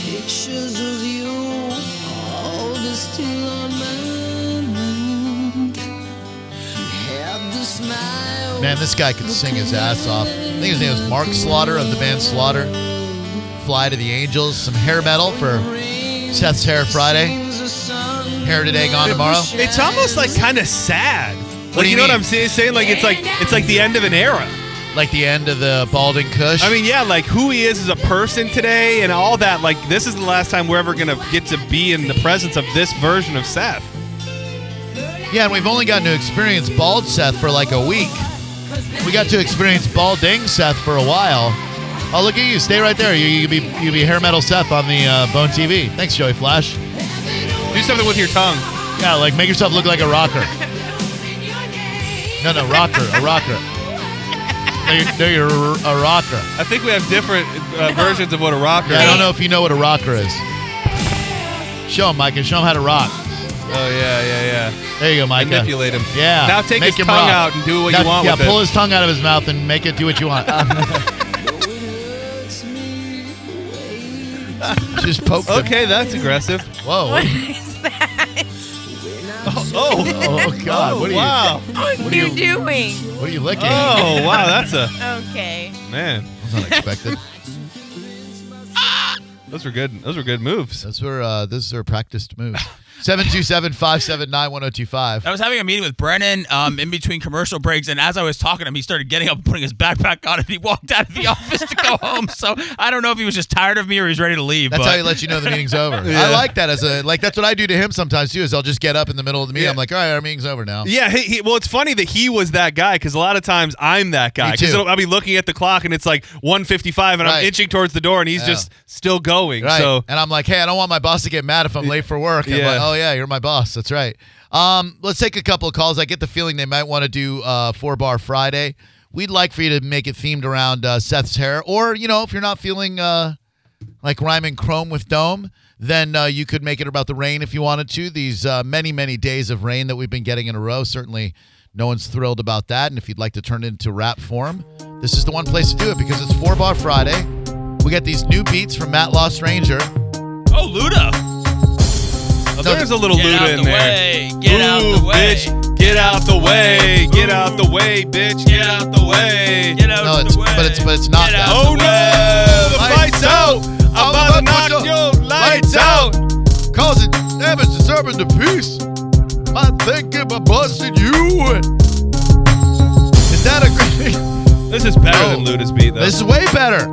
Pictures of you, all this still on my mind. Have the smile. Man, this guy could sing his ass off. I think his name was Mark Slaughter of the band Slaughter. Fly to the Angels, some hair metal for Seth's Hair Friday. Seems the sun. Hair today, gone tomorrow. It's almost like kind of sad. Like do you, you know what mean? I'm saying? saying? Like it's like it's like the end of an era. Like the end of the Balding Kush. I mean, yeah, like who he is as a person today and all that. Like this is the last time we're ever gonna get to be in the presence of this version of Seth. yeah, and we've only gotten to experience Bald Seth for like a week. We got to experience Balding Seth for a while. Oh, look at you. Stay right there. You, you be you be hair metal Seth on the uh, Bone TV. Thanks, Joey Flash. Do something with your tongue. Yeah, like make yourself look like a rocker. No, no, rocker, a rocker. There you're a rocker. I think we have different uh, versions of what a rocker. Yeah, I don't is. know if you know what a rocker is. Show him, Mike, and show him how to rock. Oh yeah, yeah, yeah. There you go, Mike. Manipulate him. Yeah. Now take make his him tongue rock. out and do what Now- you want yeah, with pull it. his tongue out of his mouth and make it do what you want. Just poke him. Okay, that's aggressive. Whoa. is that? Oh, Oh, God. oh, what, are wow. What, What are are you, you- doing? you, what are you licking? Oh, wow. That's a Okay. man. That was unexpected. Those were good. Those were good moves. Those were, uh, those are practiced moves. 727 579 1025. I was having a meeting with Brennan um, in between commercial breaks, and as I was talking to him, he started getting up and putting his backpack on, and he walked out of the office to go home. So I don't know if he was just tired of me or he's ready to leave. That's but how you let you know the meeting's over. I like that as a like. That's what I do to him sometimes too. Is I'll just get up in the middle of the meeting. Yeah. I'm like, all right, our meeting's over now. Yeah, he, he, well, it's funny that he was that guy because a lot of times I'm that guy. Me 'Cause too. it'll- I'll be looking at the clock and it's like 1:55 and Right. I'm inching towards the door and he's Yeah. just still going. Right. So and I'm like, hey, I don't want my boss to get mad if I'm late for work. And I'm Yeah. like, oh yeah, you're my boss. That's right. Um, let's take a couple of calls. I get the feeling they might want to do uh, four bar Friday. We'd like for you to make it themed around uh, Seth's hair, or you know, if you're not feeling uh, like rhyming chrome with dome, then uh, you could make it about the rain if you wanted to. These uh, many, many days of rain that we've been getting in a row, certainly no one's thrilled about that. And if you'd like to turn it into rap form, this is the one place to do it because it's Four Bar Friday. We got these new beats from Matt Lost Ranger. oh, Luda, oh, there's a little Get out Luda in the there. way. Get out the Ooh, way. bitch. Get out the way. Get out the way, bitch. Get out the way. get out No, of it's the way. but it's but it's not Get that. out Oh no! The Lights lights out. I'm about to knock your lights out. causing damage, disturbing the peace. I think if I busted you, is that a great? This is better No. than Luda's beat though. This is way better.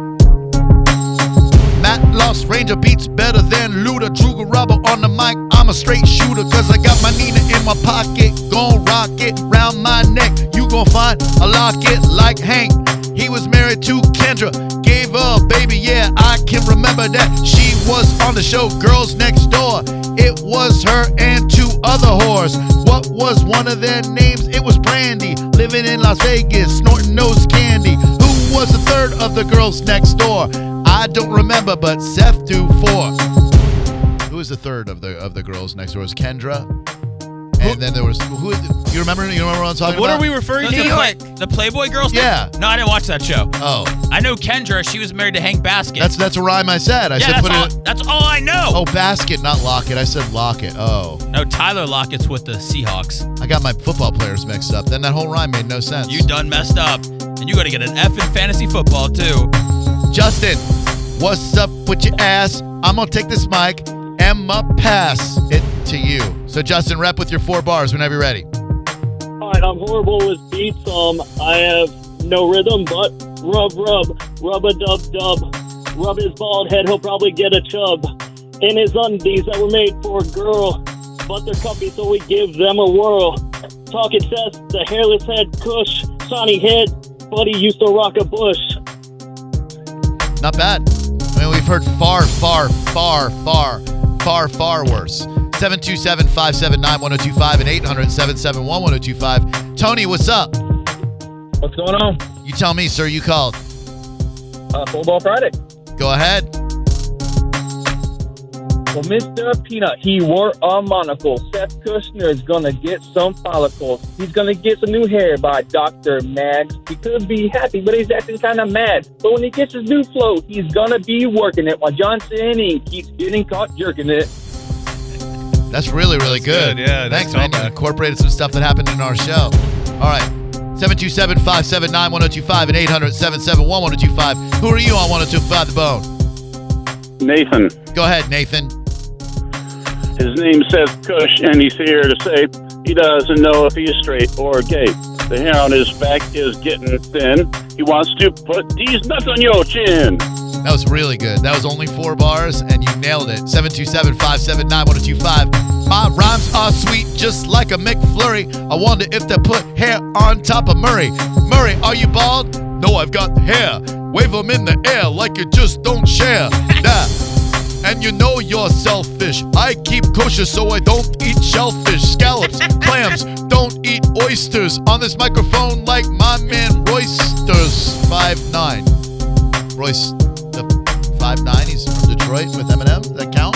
Matt Lost Ranger beats better than Luda. Druga rubber on the mic. I'm a straight shooter, cause I got my Nina in my pocket. Gon' rock it round my neck. You gon' find a locket like Hank. He was married to Kendra. Gave up, baby, yeah, I can remember that. She was on the show Girls Next Door. It was her and two other whores. What was one of their names? It was Brandy. Living in Las Vegas, snorting nose candy. Who was the third of the girls next door? I don't remember, but Seth do four. Who was the third of the of the girls next door? It was Kendra. And then there was who? You remember? You remember what I'm talking what about? are we referring The, to? New play, York. the Playboy girls? thing? Yeah. No, I didn't watch that show. Oh, I know Kendra. She was married to Hank Basket. that's that's a rhyme I said. I yeah, said that's put all, it. that's all I know. Oh, basket, not locket. I said locket. Oh, No, Tyler Lockett's with the Seahawks. I got my football players mixed up. Then that whole rhyme made no sense. You done messed up, and you gotta get an F in fantasy football too. Justin, what's up with your ass? I'm gonna take this mic and my pass it to you. So Justin, rep with your four bars whenever you're ready. All right, I'm horrible with beats. Um, I have no rhythm, but rub, rub, rub a dub, dub. Rub his bald head, he'll probably get a chub. In his undies that were made for a girl, but they're comfy, so we give them a whirl. Talking Seth, the hairless head, Kush, shiny head, buddy used to rock a bush. Not bad. I I mean, we've heard far, far, far, far, far, far worse. 727 579 1025 and 800 771 1025. Tony, what's up? What's going on? You tell me, sir, you called. Uh, Football Friday. Go ahead. Well, Mr. Peanut, he wore a monocle. Seth Kushner is going to get some follicles. He's going to get some new hair by Dr. Mags. He could be happy, but he's acting kind of mad. But when he gets his new flow, he's going to be working it while John Sinning keeps getting caught jerking it. That's really, really That's good. good, yeah, nice Thanks, man. You callback. incorporated some stuff that happened in our show. All right. 727 579 1025 and 800 771 1025. Who are you on 1025 The Bone? Nathan, Go ahead, Nathan. his name says Cush, and he's here to say he doesn't know if he's straight or gay. The hair on his back is getting thin. He wants to put these nuts on your chin. That was really good. That was only four bars, and you nailed it. 727 579 1025. My rhymes are sweet, just like a McFlurry. I wonder if they put hair on top of Murray. Murray, are you bald? No, I've got hair. Wave 'em in the air like you just don't share. Nah. And you know you're selfish. I keep kosher so I don't eat shellfish, scallops, clams. Don't eat oysters on this microphone like my man Roysters. 5'9. Royce the five nine. He's from Detroit with Eminem. Does that count?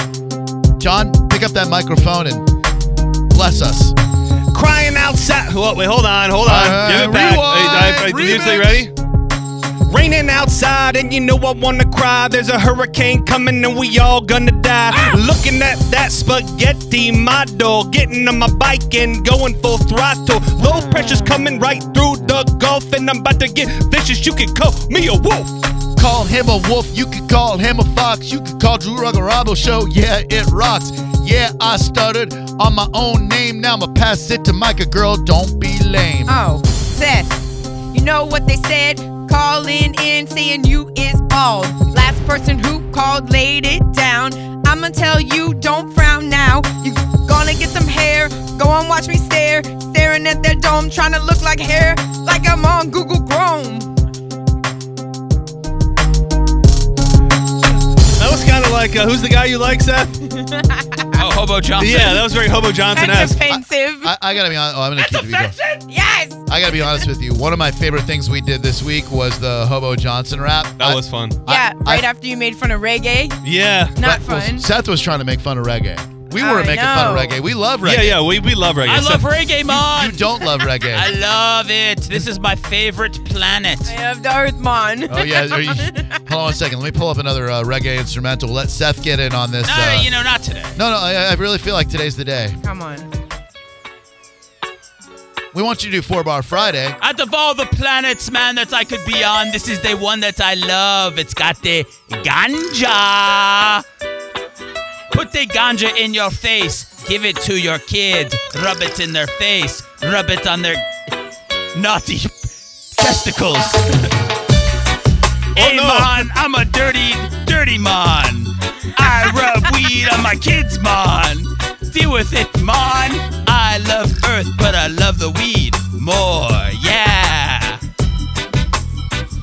John, pick up that microphone and bless us. Crying outside. Whoa, wait, hold on, hold on. Uh, Give it back. rewind, Hey, I- I- usually remix. ready? Raining outside, and you know I wanna cry. There's a hurricane coming, and we all gonna die. Looking at that spaghetti model, getting on my bike and going full throttle. Low pressure's coming right through the gulf, and I'm about to get vicious. You can call me a wolf. Call him a wolf. You could call him a fox. You could call Drew Ruggerabo Show. Yeah, it rocks. Yeah, I stuttered on my own name. Now I'ma pass it to Micah. Girl, don't be lame. Oh, Seth, you know what they said? Calling in saying you is bald. Last person who called laid it down. I'ma tell you, don't frown now. You gonna get some hair. Go on, watch me stare. Staring at their dome, trying to look like hair. Like I'm on Google Chrome. That was kind of like, uh, who's the guy you like, Seth? Oh, Hobo Johnson. Yeah, that was very Hobo Johnson That's esque. offensive. I, I gotta be honest. Oh, I'm gonna keep it. going. yes! I gotta be honest with you. One of my favorite things we did this week was the Hobo Johnson rap. That I- was fun. Yeah, I- right after you made fun of reggae. Yeah. Not Well, fun. Seth was trying to make fun of reggae. We I weren't making fun of know. reggae. We love reggae. Yeah, yeah, we, we love reggae. I love Seth- reggae, You Mon. don't love reggae. I love it. This is my favorite planet. I have the Earth Mon. Oh yeah. Are you, hold on a second. Let me pull up another uh, reggae instrumental. Let Seth get in on this. No, Uh, you know, not today. no, no. I, I really feel like today's the day. Come on. We want you to do four bar Friday. Out of all the planets, man, that I could be on, this is the one that I love. It's got the ganja. Put the ganja in your face. Give it to your kids. Rub it in their face. Rub it on their naughty testicles. hey, no. man, I'm a dirty, dirty man. I rub weed on my kids, man. Deal with it, man. I love Earth, but I love the weed more. Yeah.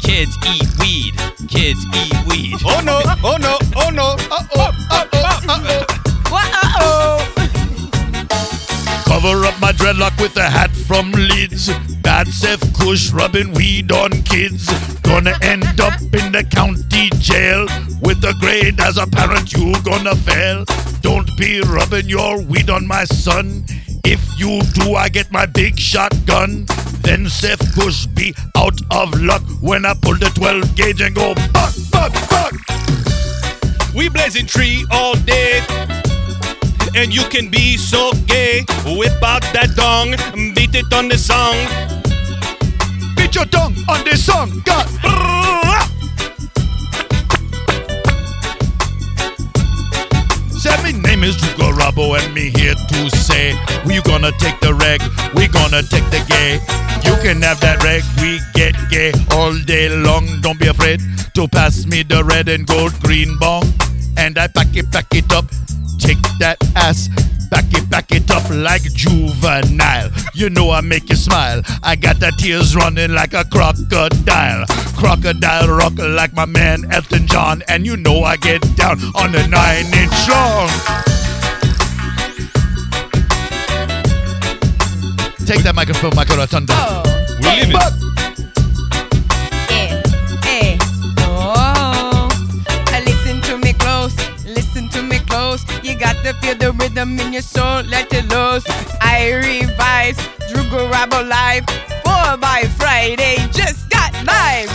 Kids eat weed. Kids eat weed. Oh no, oh no, oh no. Uh oh. Uh oh. Uh oh. What? Uh oh. Cover up my dreadlock with a hat from Leeds. Bad Seth Kush rubbing weed on kids. Gonna end up in the county jail. With a grade as a parent, you gonna fail. Don't be rubbing your weed on my son. If you do, I get my big shotgun. Then Seth Kush be out of luck when I pull the 12 gauge and go buck, buck, buck. We blazing tree all day. And you can be so gay. Whip out that dong, beat it on the song. Beat your tongue on this song, God. Say me name is Jugo Rabo and me here to say We gonna take the reg, we gonna take the gay You can have that reg, we get gay all day long Don't be afraid to pass me the red and gold green bong And I pack it, pack it up take that ass. Back it, back it up like juvenile. You know I make you smile. I got the tears running like a crocodile. Crocodile rock like my man Elton John. And you know I get down on a nine inch long. Take that microphone, Michael Rotunda. We live it. Yeah, yeah. Oh, Uh, listen to me close, listen to me close. You got to feel the rhythm in your soul, let it loose. I revive, Drew Garabo live. Four by Friday, just got live.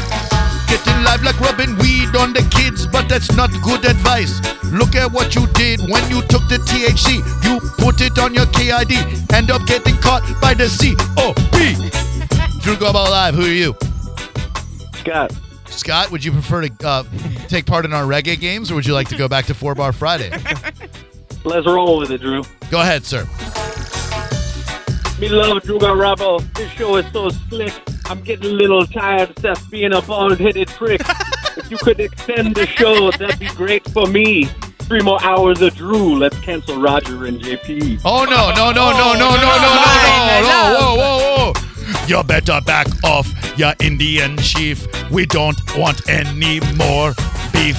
Getting live like rubbing weed on the kids, but that's not good advice. Look at what you did when you took the THC. You put it on your KID, end up getting caught by the COP. Drew Gobble Live, who are you? Scott. Scott, would you prefer to uh, take part in our reggae games or would you like to go back to Four Bar Friday? Let's roll with it, Drew. Go ahead, sir. Me love Drew Garabo. Oh, This show is so slick. I'm getting a little tired of Seth being a bald-headed prick. if you could extend the show, that'd be great for me. Three more hours of Drew. Let's cancel Roger and JP. Oh no, no, no, no, no, no, no, no, no, no, whoa, whoa, whoa. You better back off, you Indian chief. We don't want any more beef.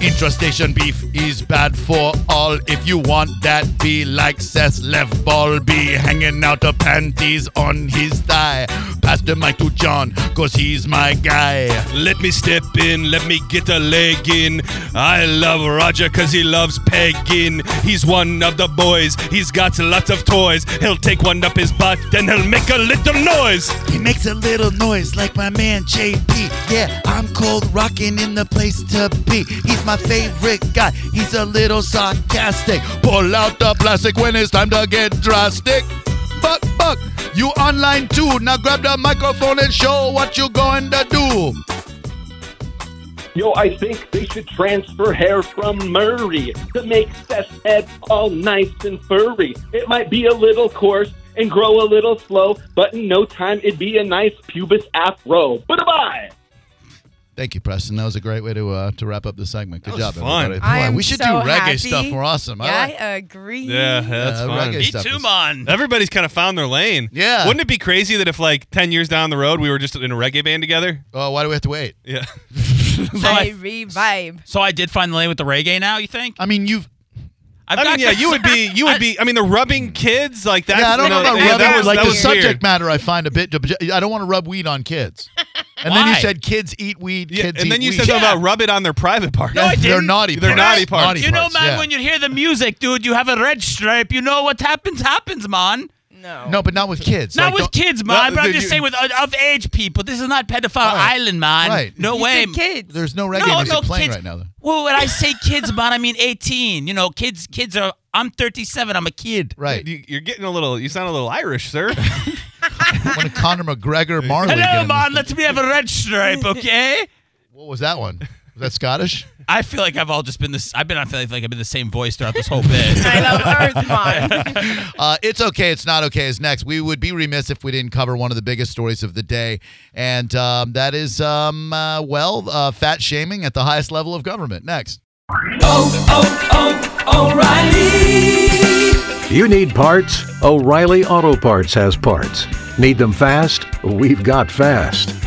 Intrastation beef is bad for all. If you want that, be like Seth's left ball, be hanging out the panties on his thigh. Pass the mic to John, cause he's my guy. Let me step in, let me get a leg in. I love Roger cause he loves pegging. He's one of the boys, he's got lots of toys. He'll take one up his butt, then he'll make a little noise. He makes a little noise like my man JP. Yeah, I'm cold rocking in the place to be. He's my favorite guy. He's a little sarcastic. Pull out the plastic when it's time to get drastic. Buck, buck, you online too. Now grab the microphone and show what you going to do. Yo, I think they should transfer hair from Murray to make Seth's head all nice and furry. It might be a little coarse and grow a little slow, but in no time it'd be a nice pubis afro. Bye bye. Thank you, Preston. That was a great way to uh, to wrap up the segment. Good job, fun. everybody. I Boy, am we should so do reggae happy. stuff. We're awesome. I like- agree. Yeah, that's Yeah, fun. reggae Me stuff too, is- man. Everybody's kind of found their lane. Yeah. Wouldn't it be crazy that if like ten years down the road we were just in a reggae band together? Oh, why do we have to wait? Yeah. I revive. So I did find the lane with the reggae now, you think? I mean, you've. I've I got mean, yeah, you would be, you would be. I mean, the rubbing kids like that. yeah, I don't know about yeah, rubbing. That was, like that the was subject weird. matter, I find a bit. I don't want to rub weed on kids. And then you Why? said kids eat weed. Yeah, kids and then eat you weed. said something about rub it on their private part. No, I didn't. They're naughty. They're parts. naughty parts. Naughty you know, parts, man, yeah. when you hear the music, dude, you have a red stripe. You know what happens, happens, man. No. no, but not with kids. Not Like, with don't- kids, man. No, but I'm dude, just you- saying with of age people. This is not pedophile Right. island, man. Right. No You way. said kids. There's no reggae music playing right now. Though. Well, when I say kids, man, I mean 18. You know, kids, kids are. I'm 37. I'm a kid. Right. You, you're getting a little. You sound a little Irish, sir. when Conor McGregor Marley. get Hello, in man. this- Let me have a red stripe, okay? What was that one? Was that Scottish? I feel like I've all just been this. I've been. I feel like I've been the same voice throughout this whole bit. I love Earth Mom. Uh, it's okay. It's not okay. Is next. We would be remiss if we didn't cover one of the biggest stories of the day, and um, that is, um, uh, well, uh, fat shaming at the highest level of government. Next. You need parts? O'Reilly Auto Parts has parts. Need them fast? We've got fast.